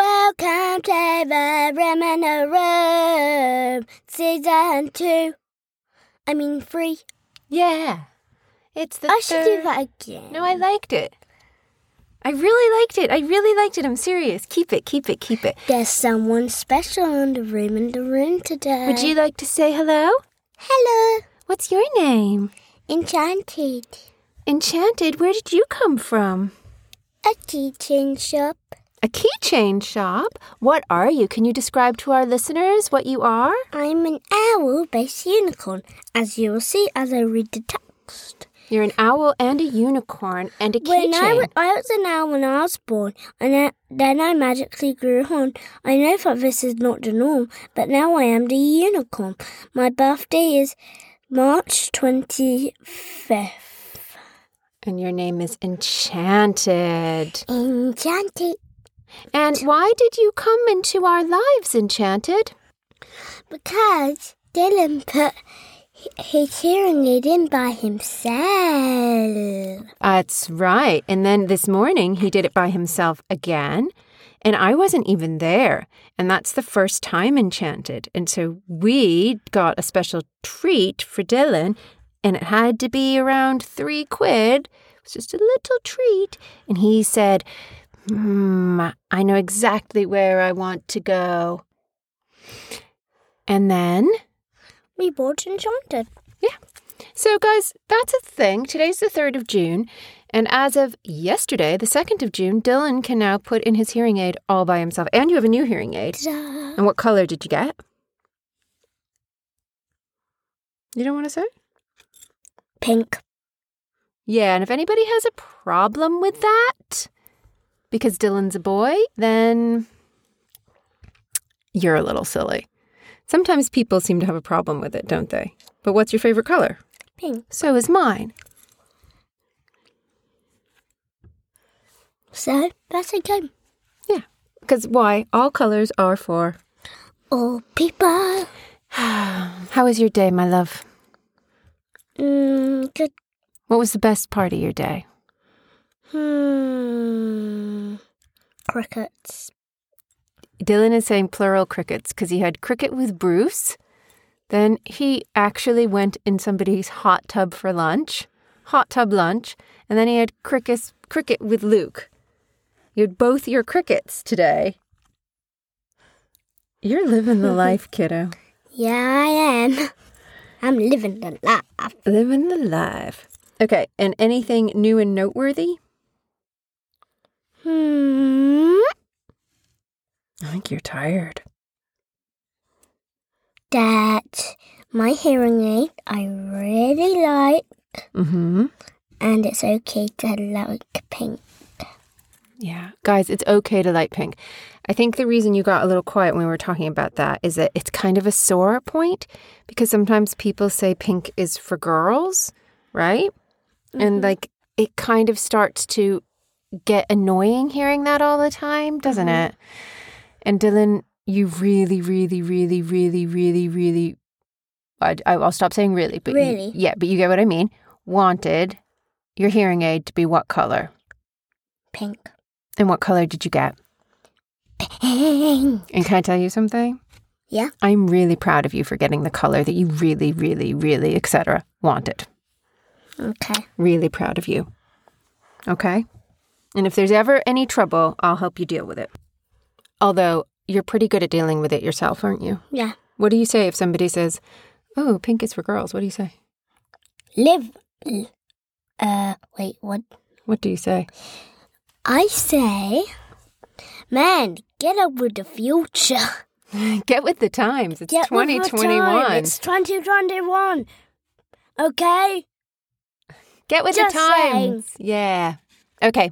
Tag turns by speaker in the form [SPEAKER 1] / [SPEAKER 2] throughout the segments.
[SPEAKER 1] Welcome to the Room in a Room, Season 2. I mean, 3.
[SPEAKER 2] Yeah. It's the
[SPEAKER 1] I should do
[SPEAKER 2] third-
[SPEAKER 1] that again.
[SPEAKER 2] No, I liked it. I really liked it. I really liked it. I'm serious. Keep it, keep it, keep it.
[SPEAKER 1] There's someone special in the room in the room today.
[SPEAKER 2] Would you like to say hello?
[SPEAKER 1] Hello,
[SPEAKER 2] What's your name?
[SPEAKER 1] Enchanted.
[SPEAKER 2] Enchanted, where did you come from?
[SPEAKER 1] A keychain shop.
[SPEAKER 2] A keychain shop? What are you? Can you describe to our listeners what you are?
[SPEAKER 1] I'm an owl-based unicorn, as you will see as I read the text.
[SPEAKER 2] You're an owl and a unicorn and a
[SPEAKER 1] When I,
[SPEAKER 2] keychain.
[SPEAKER 1] wa- I was an owl when I was born, and I, then I magically grew a horn. I know that this is not the norm, but now I am the unicorn. My birthday is March 25th.
[SPEAKER 2] and your name is Enchanted.
[SPEAKER 1] Enchanted.
[SPEAKER 2] And why did you come into our lives, Enchanted?
[SPEAKER 1] Because Dylan put h- his hearing aid in by himself.
[SPEAKER 2] That's right. And then this morning he did it by himself again. And I wasn't even there. And that's the first time Enchanted. And so we got a special treat for Dylan. And it had to be around three quid. It was just a little treat. And he said, Hmm, I know exactly where I want to go. And then
[SPEAKER 1] We bought Enchanted.
[SPEAKER 2] so, guys, that's a thing. Today's the 3rd of June. And as of yesterday, the 2nd of June, Dylan can now put in his hearing aid all by himself. And you have a new hearing aid.
[SPEAKER 1] Ta-da.
[SPEAKER 2] And what color did you get? You don't want to say?
[SPEAKER 1] Pink.
[SPEAKER 2] Yeah. And if anybody has a problem with that, because Dylan's a boy, then you're a little silly. Sometimes people seem to have a problem with it, don't they? But what's your favorite color?
[SPEAKER 1] Pink.
[SPEAKER 2] So is mine.
[SPEAKER 1] So, that's a game.
[SPEAKER 2] Yeah. Because why? All colors are for.
[SPEAKER 1] All people.
[SPEAKER 2] How was your day, my love?
[SPEAKER 1] Mm, good.
[SPEAKER 2] What was the best part of your day?
[SPEAKER 1] Hmm. Crickets.
[SPEAKER 2] Dylan is saying plural crickets because he had cricket with Bruce. Then he actually went in somebody's hot tub for lunch, hot tub lunch, and then he had crickets, cricket with Luke. You had both your crickets today. You're living the life, kiddo.
[SPEAKER 1] Yeah, I am. I'm living the life.
[SPEAKER 2] Living the life. Okay, and anything new and noteworthy?
[SPEAKER 1] Hmm.
[SPEAKER 2] I think you're tired.
[SPEAKER 1] That my hearing aid I really like,
[SPEAKER 2] Mm-hmm.
[SPEAKER 1] and it's okay to like pink.
[SPEAKER 2] Yeah. Guys, it's okay to light pink. I think the reason you got a little quiet when we were talking about that is that it's kind of a sore point because sometimes people say pink is for girls, right? And like it kind of starts to get annoying hearing that all the time, doesn't it? And Dylan, you really, really, really, really, really, really, I, I'll stop saying really, but you-
[SPEAKER 1] Really?
[SPEAKER 2] yeah, but you get what I mean. Wanted your hearing aid to be what color?
[SPEAKER 1] Pink.
[SPEAKER 2] And what color did you get?
[SPEAKER 1] Pink.
[SPEAKER 2] And can I tell you something?
[SPEAKER 1] Yeah.
[SPEAKER 2] I'm really proud of you for getting the color that you really, really, really, etc. wanted.
[SPEAKER 1] Okay.
[SPEAKER 2] Really proud of you. Okay? And if there's ever any trouble, I'll help you deal with it. Although you're pretty good at dealing with it yourself, aren't you?
[SPEAKER 1] Yeah.
[SPEAKER 2] What do you say if somebody says, "Oh, pink is for girls"? What do you say?
[SPEAKER 1] Live. Uh. Wait. What?
[SPEAKER 2] What do you say?
[SPEAKER 1] I say, man, get up with the future.
[SPEAKER 2] Get with the times. It's
[SPEAKER 1] Get with the
[SPEAKER 2] 2021.
[SPEAKER 1] time. It's 2021. Okay?
[SPEAKER 2] Get with
[SPEAKER 1] Just
[SPEAKER 2] the times.
[SPEAKER 1] saying.
[SPEAKER 2] Yeah. Okay.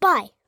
[SPEAKER 2] Bye.
[SPEAKER 1] Bye.